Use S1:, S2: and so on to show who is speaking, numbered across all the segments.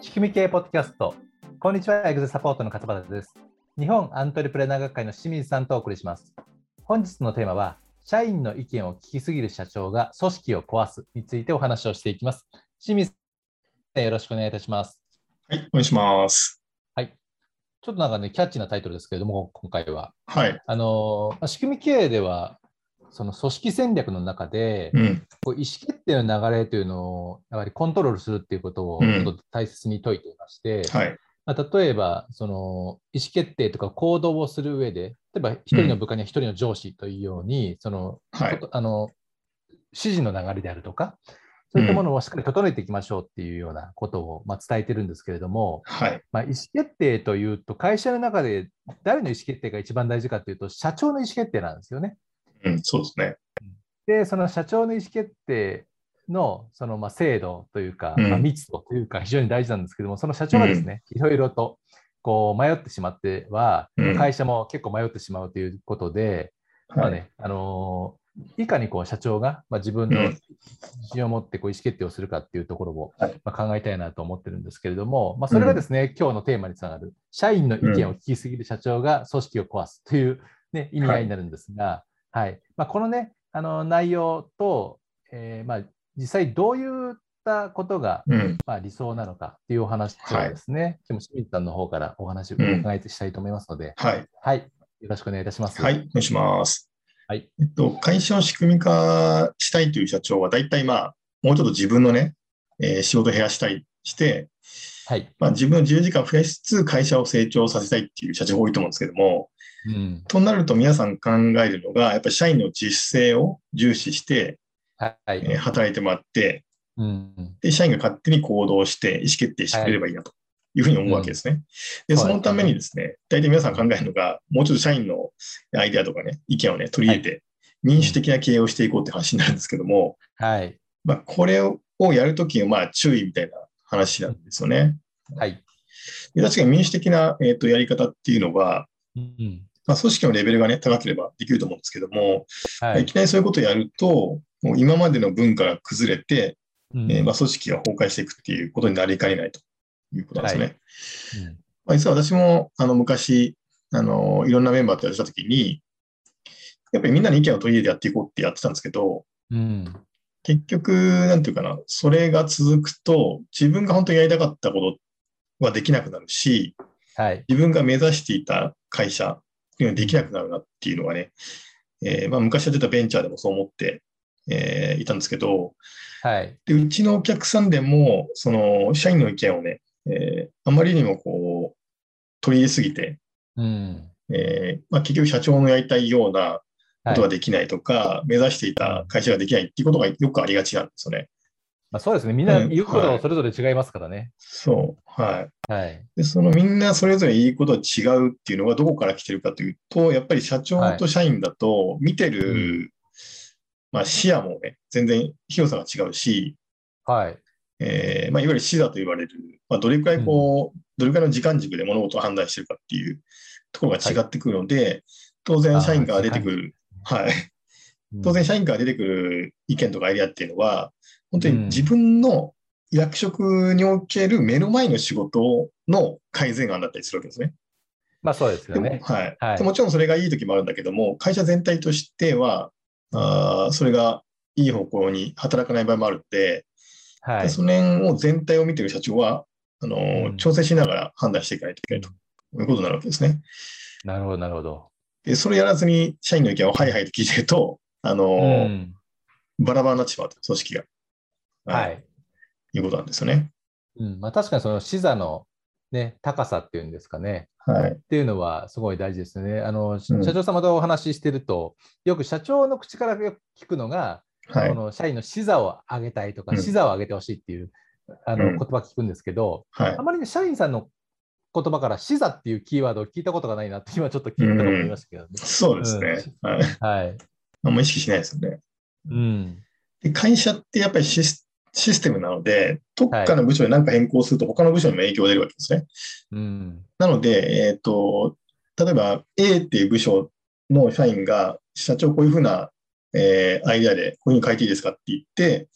S1: 仕組み系ポッドキャストこんにちはエグゼサポートの勝畑です日本アントレプレナー学会の清水さんとお送りします本日のテーマは社員の意見を聞きすぎる社長が組織を壊すについてお話をしていきます清水さんよろしくお願いいたします
S2: はい、お願いします。
S1: ちょっとなんかねキャッチーなタイトルですけれども今回は
S2: はい。
S1: あのまあ仕組み経営ではその組織戦略の中で、
S2: うん。
S1: こう意思決定の流れというのをやはりコントロールするっていうことを
S2: うん
S1: ちょっと大切に説いていまして、
S2: はい。
S1: まあ、例えばその意思決定とか行動をする上で例えば一人の部下には一人の上司というように、その
S2: はい
S1: ことあの指示の流れであるとかそういったものをしっかり整えていきましょうっていうようなことを、まあ、伝えてるんですけれども、
S2: はい。
S1: まあ、意思決定というと会社の中で誰の意思決定が一番大事かというと社長の意思決定なんですよね。
S2: うん、そうですね。
S1: で、その社長の意思決定のそのまあ制度というか、
S2: うん
S1: まあ密度というか、非常に大事なんですけども、その社長がですね、いろいろとこう迷ってしまっては、
S2: うん
S1: 会社も結構迷ってしまうということで、ま
S2: は
S1: あ
S2: い。
S1: ねあのーいかにこう社長がまあ自分
S2: う
S1: の
S2: ん
S1: 自信を持ってこう意思決定をするかっていうところを
S2: はい
S1: まあ考えたいなと思ってるんですけれども、まあ、それがですね、今日のテーマにつながる、社員の意見を聞きすぎる社長が組織を壊すという、ね、意味合いになるんですが、はいまあ、このね、あの内容と、えーまあ、実際どういったことが、
S2: うん。
S1: まあ、理想なのかっていうお話をですね、今日も清水さんの方からお話をお伺いしたいと思いますので、
S2: はい。
S1: はい、よろしくお願いいたします。
S2: はい。お願いします。
S1: はい。
S2: えっと、会社を仕組み化したいという社長は、大体まあ、もうちょっと自分のね、えー仕事を減らしたい、して、
S1: はい
S2: まあ、自分の自由時間を増やしつつ、会社を成長させたいっていう社長が多いと思うんですけども、
S1: うん
S2: となると皆さん考えるのが、やっぱり社員の自主性を重視して、
S1: はい
S2: えー働いてもらって、
S1: うん
S2: で、社員が勝手に行動して意思決定してくれればいいなというふうに思うわけですね。で、
S1: はい
S2: そのためにですね、大体皆さん考えるのが、もうちょっと社員のアイデアとかね、意見をね、取り入れて、民主的な経営をしていこうって話になるんですけども、
S1: はい
S2: まあ、これをやるときのまあ注意みたいな話なんですよね。
S1: はい
S2: で確かに民主的な、えー、とやり方っていうのは、
S1: うん
S2: まあ、組織のレベルがね、高ければできると思うんですけども、
S1: はいい
S2: きなりそういうことをやると、もう今までの文化が崩れて、
S1: うん
S2: えーまあ、組織が崩壊していくっていうことになりかねないということなんですね。
S1: はうん
S2: まあ、実は私もあの昔あの、いろんなメンバーとやってたときに、やっぱりみんなの意見を取り入れてやっていこうってやってたんですけど、
S1: うん
S2: 結局、なんていうかな、それが続くと、自分が本当にやりたかったことはできなくなるし、
S1: はい
S2: 自分が目指していた会社っていうのはできなくなるなっていうのがね、えーまあ、昔やってたベンチャーでもそう思って、えーいたんですけど、
S1: はい
S2: で、うちのお客さんでも、その、社員の意見をね、えーあまりにもこう、取り入れすぎて、
S1: うん
S2: えーまあ、結局社長のやりたいような
S1: はい
S2: ことができないとか、目指していた会社ができないっていうことがよくありがちなんですよね。
S1: まあ、そうですね、みんな
S2: うん
S1: 言うこと
S2: は
S1: はいそれぞれ違いますからね。
S2: そう。はい。
S1: はい。
S2: で、そのみんなそれぞれいいことは違うっていうのがどこから来てるかというと、やっぱり社長と社員だと見てる、
S1: はいう
S2: まあ視野もね、全然広さが違うし、
S1: はい。
S2: えーまあ、いわゆる視座と言われる、まあ、どれくらいこう、どれくらいの時間軸で物事を判断してるかっていうところが違ってくるので、当
S1: あ
S2: 然
S1: ー
S2: 社員から出てくる、はい、
S1: うん
S2: 当然社員から出てくる意見とかアイデアっていうのは、本当に自分の役職における目の前の仕事の改善案だったりするわけですね。
S1: まあそうですよ
S2: でも
S1: ね。
S2: はい
S1: はい
S2: でもちろんそれがいい時もあるんだけども、会社全体としては、あーそれがいい方向に働かない場合もあるので、
S1: はい
S2: で。その辺を全体を見てる社長は、あのー
S1: うん
S2: 調整しながら判断していかないといけないということになるわけですね。
S1: なるほど、なるほど。
S2: で、それやらずに社員の意見をはいはいと聞いてると、あの
S1: う
S2: ー
S1: ん
S2: バラバラになってしまうと、組織が。。
S1: はいい。
S2: いうことなんですよね。
S1: うんまあ、確かにその視座の、ね、高さっていうんですかね。
S2: はい。
S1: っていうのはすごい大事ですね。あの
S2: うん
S1: 社長様とお話ししてると、よく社長の口からよく聞くのが、
S2: は
S1: こ
S2: い。
S1: の社員の視座を上げたいとか、
S2: うん
S1: 視座を上げてほしいっていうあの
S2: う
S1: 言
S2: ん
S1: 葉聞くんですけど、
S2: はい
S1: あ。まりに社員さんの言葉から視座っていうキーワードを聞いたことがないなって今 ちょっと聞いたと思いましたけどね。
S2: そうですね。はい。
S1: はい。
S2: あんま意識しないですよね。
S1: うん
S2: で、会社ってやっぱりシスシステムなので、どっかの部署に何か変更すると、他の部署にも影響が出るわけですね。
S1: うん
S2: なので、えっ、と、例えば A っていう部署の社員が、社長こういうふうな、えーアイデアで、こういうふうに変えていいですかって言って、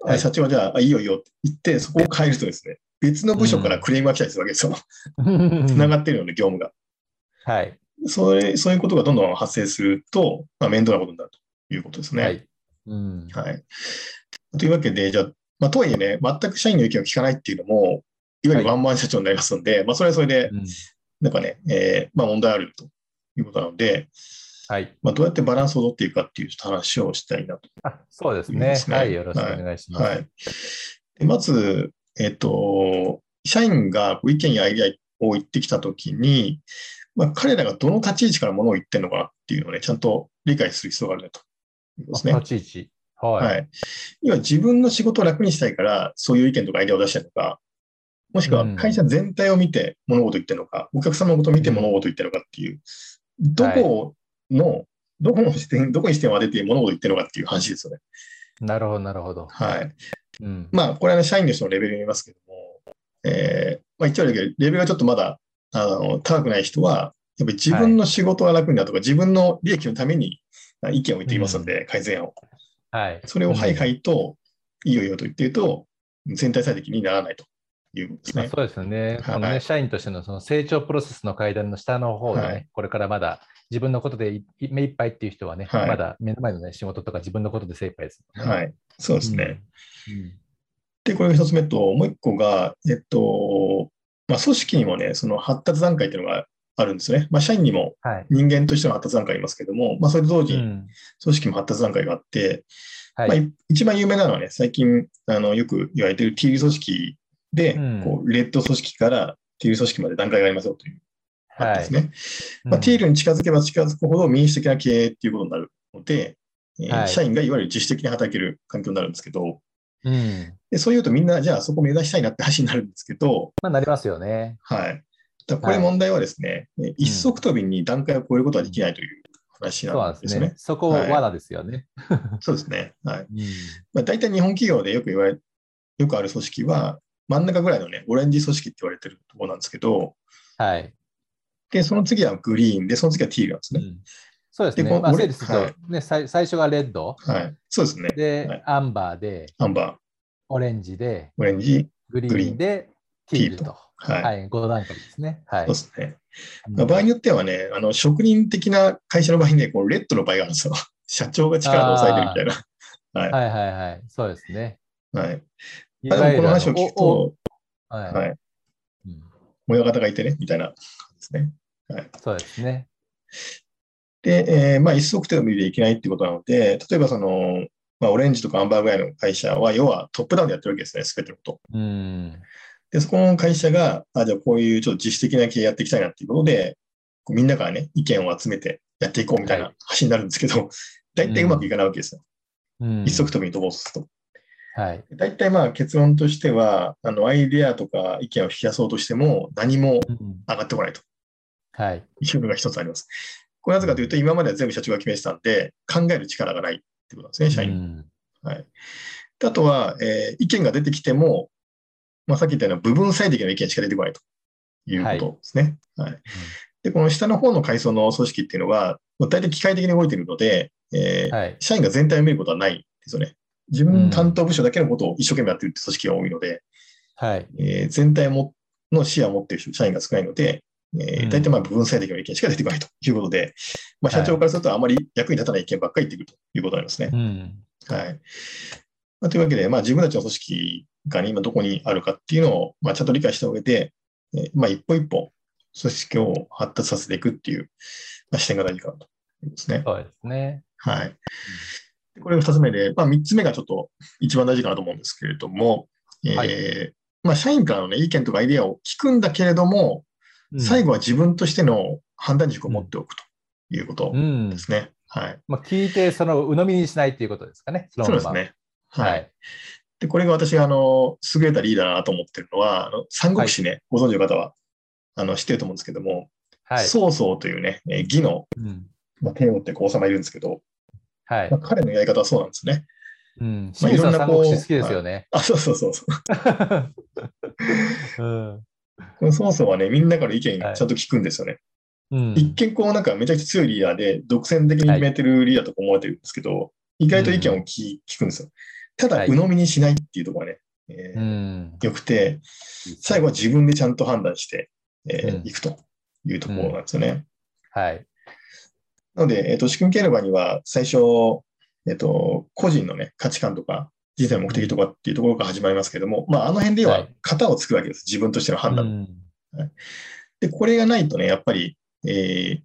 S1: はい
S2: 社長はじゃあ、あいいよいいよって言って、そこを変えるとですね、別の部署からクレームが来たりするわけですよ。つながってるので、業務が。
S1: はい。
S2: それ、そういうことがどんどん発生すると、まあ、面倒なことになるということですね。
S1: は。い。うん。
S2: はい。というわけで、じゃあ、まあ、とはいえね、全く社員の意見を聞かないっていうのも、いわゆるワンマン社長になりますので、まあ、それはそれで、
S1: うん
S2: なんかね、えーまあ、問題あるということなので、
S1: はい。
S2: まあ、どうやってバランスを取っていくかっていう話をしたいなと。
S1: あ、そうです
S2: いい
S1: ね
S2: で。すね
S1: はい。よろしくお願いします。
S2: はい。でまず、えっ、と、社員がこう意見やアイデアを言ってきたときに、まあ、彼らがどの立ち位置からものを言ってるのかなっていうのをね、ちゃんと理解する必要があるなと。いうことですね
S1: あ。立ち位置。は。
S2: はいい。要は自分の仕事を楽にしたいから、そういう意見とかアイデアを出したりとか、もしくは
S1: うん
S2: 会社全体を見て物事言ってるのか、お客様のことを見て物事言ってるのかっていう、どこの、どこの視点、どこに視点を当てて物事言ってるのかっていう話ですよね。
S1: なるほど、なるほど。
S2: はい。
S1: うん。
S2: まあ、これはね、社員の人のレベルによりますけども、えーまあ一応あるけど、レベルがちょっとまだ、あの、高くない人は、やっぱり自分の仕事が楽になるとか、自分の利益のためにあ意見を言っていますので、改善案を。
S1: はい。。
S2: それをはいはいいと、いいよいいよと言っていると、全体最適にならないということです
S1: まあ
S2: ね。
S1: そうですよね。
S2: はい
S1: そのね、社員としてのその成長プロセスの階段の下の方でね、
S2: はい
S1: これからまだ自分のことでい目いっぱいっていう人はね、
S2: はい
S1: まだ目の前のね、仕事とか自分のことで精一杯です。
S2: はい。そうですね。
S1: うん。
S2: で、これが一つ目と、もう一個が、えっと、まあ、組織にもね、その発達段階っていうのがあるんですね。まあ、社員にも
S1: はい。
S2: 人間としての発達段階ありますけども、まあ、それと同時
S1: う
S2: に
S1: ん
S2: 組織も発達段階があって、
S1: はい
S2: まあ、い一番有名なのはね、最近、あの、よく言われている T 組織で、
S1: うん
S2: こう、レッド組織から T 組織まで段階がありますよという、あ
S1: は
S2: っ
S1: い。
S2: ですね。まあ、
S1: うん
S2: ティールに近づけば近づくほど民主的な経営っていうことになるので、えー
S1: はい
S2: 社員がいわゆる自主的に働ける環境になるんですけど、
S1: うん。
S2: でそういうとみんな、じゃあそこ目指したいなって話になるんですけど、
S1: まあ、なりますよね。
S2: はい。だからこれ問題はですね、えー一足飛びに段階を超えることはできないという話
S1: そうな
S2: なんん
S1: で
S2: です
S1: す
S2: よ
S1: ね
S2: ね。。
S1: そこは罠ですよね。
S2: そうですね。はい。
S1: うん
S2: まあ、大体日本企業でよく言われ、よくある組織は、真ん中ぐらいのね、オレンジ組織って言われてるところなんですけど、
S1: はい。
S2: で、その次はグリーンで、その次はティールなんです
S1: う
S2: ね。
S1: んそうです
S2: で
S1: ね。
S2: こ
S1: まあ、
S2: 俺
S1: 整理すると、
S2: はい
S1: ねさい最初がレッド、
S2: はい。そうですね。
S1: で、
S2: はい
S1: アンバーで、
S2: アンバ
S1: オレンジで、
S2: ー、オレンジ、
S1: グリ
S2: グリ
S1: ー
S2: ー
S1: ン
S2: ン
S1: で、ティールと。
S2: はい。
S1: はい、5段階ですね。はい。
S2: そうですね。
S1: うん
S2: 場合によってはね、あの職人的な会社の場合ね、こうレッドの場合があるんですよ。 社長が力を抑えてるみたいな。は
S1: はいはいはい。そうですね。
S2: い。はい。
S1: い
S2: まあでもこの話を聞く、
S1: お
S2: と、
S1: おはい
S2: はい。
S1: うん
S2: 親方がいてね、みたいな感じですね。はい。
S1: そうですね。
S2: で、えーまあ、一足飛びでいけないってことなので、例えばその、まあ、オレンジとかアンバーぐらいの会社は、要はトップダウンでやってるわけですね、すべてのこと。
S1: うん。
S2: で、そこの会社が、あ、じゃあこういうちょっと自主的な経営やっていきたいなっていうことで、こうみんなからね、意見を集めてやっていこうみたい
S1: は
S2: な話になるんですけど、大体うまくいかないわけですよ。
S1: うん
S2: 一足飛びに飛ぼうとすると。
S1: はい。
S2: 大体まあ結論としては、あのアイデアとか意見を引き出そうとしても何も
S1: うん
S2: 上がってこないと
S1: はい。
S2: いうのが一つあります。これなぜかというと、今までは全部社長が決めてたんで、考える力がないってことなんですね、社
S1: う
S2: 員。
S1: ん
S2: はい、であとは、えー意見が出てきても、まあ、さっき言ったような部分最適の意見しか出てこないということですね。はいで、この下の方の階層の組織っていうのは、まあ大体機械的に動いているので、えー
S1: はい。
S2: 社員が全体を見ることはないんですよね。自分の担当部署だけのことを一生懸命やってるって組織が多いので、
S1: はい。
S2: えー全体もの視野を持っている社員が少ないので、え
S1: うん
S2: ー、大体まあ部分最適の意見しか出てこないということで、まあ、
S1: はい
S2: 社長からするとあまり役に立たない意見ばっかり言ってくるということになりますね。
S1: うん。
S2: はいまあ、というわけで、まあ、自分たちの組織が、ね、今どこにあるかっていうのを、まあ、ちゃんと理解した上で、えーまあ、一歩一歩組織を発達させていくっていう、まあ、視点が大事かなと思いますね。
S1: そうですね。
S2: はい。でこれが2つ目で、まあ、3つ目がちょっと一番大事かなと思うんですけれども、えー
S1: は
S2: まあ、社員からの、ね、意見とかアイデアを聞くんだけれども、最
S1: 後。
S2: 後は自分としての判断軸を持っておくということ
S1: うん
S2: で。すね。はい、
S1: まあ、聞いて、その鵜呑みにしないっていうことですかね。その
S2: そう
S1: ま
S2: で。
S1: ます
S2: ね。はい
S1: はい。
S2: でこれが私があの優れたリーダーだなと思ってるのは、あの三国志ね、ご存知の方はあの知ってると思うんですけども、
S1: はい。
S2: 曹操というね、えー義の、
S1: うん
S2: まあ、帝王ってこう王様いるんですけど、
S1: はい
S2: まあ、。彼のやり方はそうなんですね。
S1: うん。
S2: ま
S1: 清
S2: あい
S1: 水さ
S2: ろん
S1: ん、
S2: な
S1: 三
S2: こう
S1: 国志好きですよね。
S2: あ、そうそうそうそう。
S1: うん。
S2: この曹操はね、みんなから意見
S1: はい
S2: ちゃんと聞くんですよね。
S1: うん
S2: 一見こうなんかめちゃくちゃ強いリーダーで、独占的に決めてるリーダーとか思われてるんですけど、意外と意見を聞,、聞くんですよ。た
S1: は
S2: だ、
S1: い
S2: 鵜呑みにしないっていうところがね、え
S1: う
S2: ー
S1: ん。
S2: 良くて、最後は自分でちゃんと判断して、えー
S1: うん
S2: いくというところなんですよね。
S1: はい。
S2: なので、えっと仕組み系の場には、最初、えっと個人の、ね、価値観とか、人生の目的とかっていうところから始まりますけども、まあ、あの辺で
S1: は
S2: はい型を作るわけです、自分としての判断。
S1: うん
S2: で、これがないとね、やっぱり、えー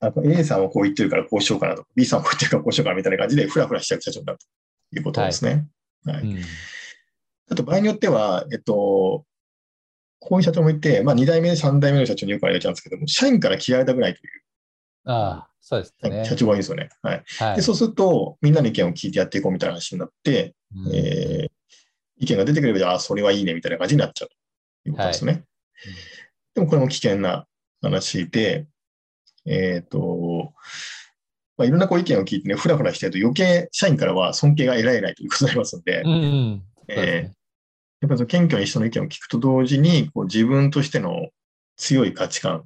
S2: あこれ A さんはこう言ってるからこうしようかなとか、B さんはこう言ってるからこうしようかなみたいな感じで、ふらふらしちゃう社長になるということですね。はい
S1: うん
S2: あと場合によっては、えっと、こういう社長もいて、まあ、2代目、3代目の社長によく言われちゃうんですけども、社員から嫌われたくないと
S1: ああ、そうです
S2: いう、
S1: ね。
S2: 社長がいいんですよね。はい。
S1: はい
S2: で、そうすると、みんなの意見を聞いてやっていこうみたいな話になって、
S1: うん
S2: えー意見が出てくれば、じゃああ、それはいいねみたいな感じになっちゃうということですよね。でも、これも危険な話で、えっ、と、まあ、いろんなこう意見を聞いてね、ふらふらしてると、余計社員からは尊敬が得られないということになりますので、
S1: うんうん。そうです
S2: えー
S1: ね
S2: やっぱりその謙虚に人の意見を聞くと同時に、こう自分としての強い価値観を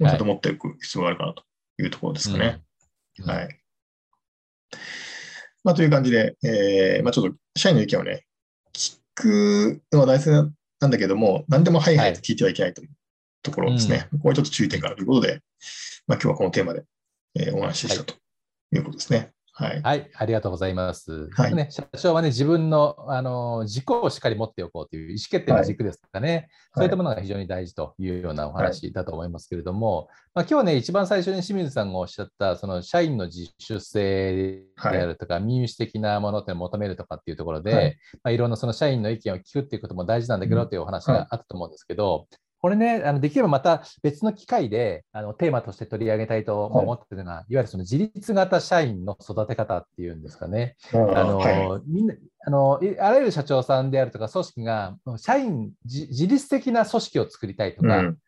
S2: ちょっと持っていく必要があるかなというところですかね。
S1: うん
S2: はい。まあ、という感じで、えーまあ、ちょっと社員の意見をね、聞くのは大切なんだけども、何でもはいはいと聞いてはいけないというところですね。これちょっと注意点があるということで、まあ、今日はこのテーマで、えーお話ししたということですね。はい。
S1: はい、ありがとうございます。
S2: はい
S1: ね、社長はね、自分のあの軸をしっかり持っておこうという意思決定の軸ですかね、そういったものが非常に大事というようなお話だと思いますけれども、まあ、今日ね、一番最初に清水さんがおっしゃった、その社員の自主性であるとか、民主的なものって求めるとかっていうところで、
S2: は
S1: い
S2: い
S1: まあ、いろんなその社員の意見を聞くっていうことも大事なんだけどっていうお話があったと思うんですけど、これね、あのできればまた別の機会であのテーマとして取り上げたいと
S2: はい
S1: 思ってるのは、い、わゆるその自立型社員の育て方っていうんですかね。
S2: あー
S1: あの
S2: はい
S1: みんなあのいあらゆる社長さんであるとか、組織が社員自、自律的な組織を作りたいと
S2: う
S1: か、
S2: ん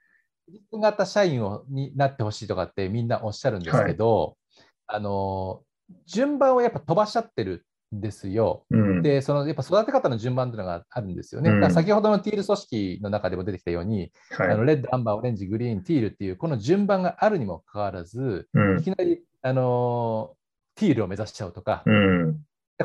S1: 自分型社員をになってほしいとかってみんなおっしゃるんですけど、あの順番をやっぱ飛ばしちゃってるんですよ。
S2: うん
S1: でそのやっぱ育て方の順番というのがあるんですよね。
S2: うん
S1: だから先ほどのティール組織の中でも出てきたように、あ
S2: は
S1: の
S2: い
S1: レッド、アンバー、オレンジ、グリーン、ティールっていうこの順番があるにもかかわらず、
S2: うん
S1: いきなり、あのーティールを目指しちゃうとか、
S2: うん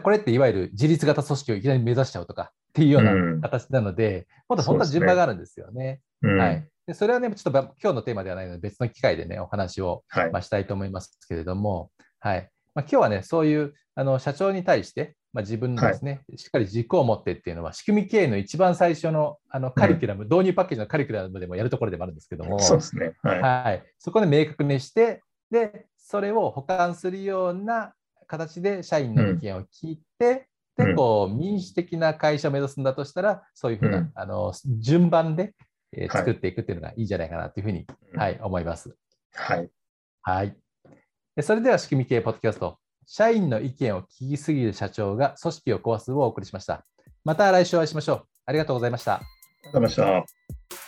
S1: これっていわゆる自立型組織をいきなり目指しちゃうとかっていうような
S2: うん
S1: 形なので、もっと
S2: そう
S1: 本当
S2: で
S1: は
S2: すね
S1: 順番があるんですよね。
S2: うん
S1: はい、でそれはね、ちょっとば今日のテーマではないので、別の機会でね、お話を、
S2: はい
S1: まあ、したいと思いますけれども、はいまあ、今日はね、そういうあの社長に対して、まあ、自分のですね、しっかり軸を持ってっていうのは、仕組み経営の一番最初のあのカリキュラム、導入パッケージのカリキュラムでもやるところでもあるんですけども、
S2: そうですね。はい。
S1: はい、そこで明確にしてで、それを補完するような形で社員の意見を聞いて、
S2: うんう
S1: で
S2: ん
S1: こう民主的な会社を目指すんだとしたら、そういうふうな、
S2: うん
S1: あの順番で、えー
S2: はい
S1: 作っていくっていうのがいいんじゃないかなというふうに、
S2: うん
S1: はい、思います。
S2: はい。
S1: はい、でそれでは仕組み系ポッドキャスト、社員の意見を聞きすぎる社長が組織を壊すをお送りしました。また来週お会いしましょう。ありがとうございました。
S2: ありがとうございました。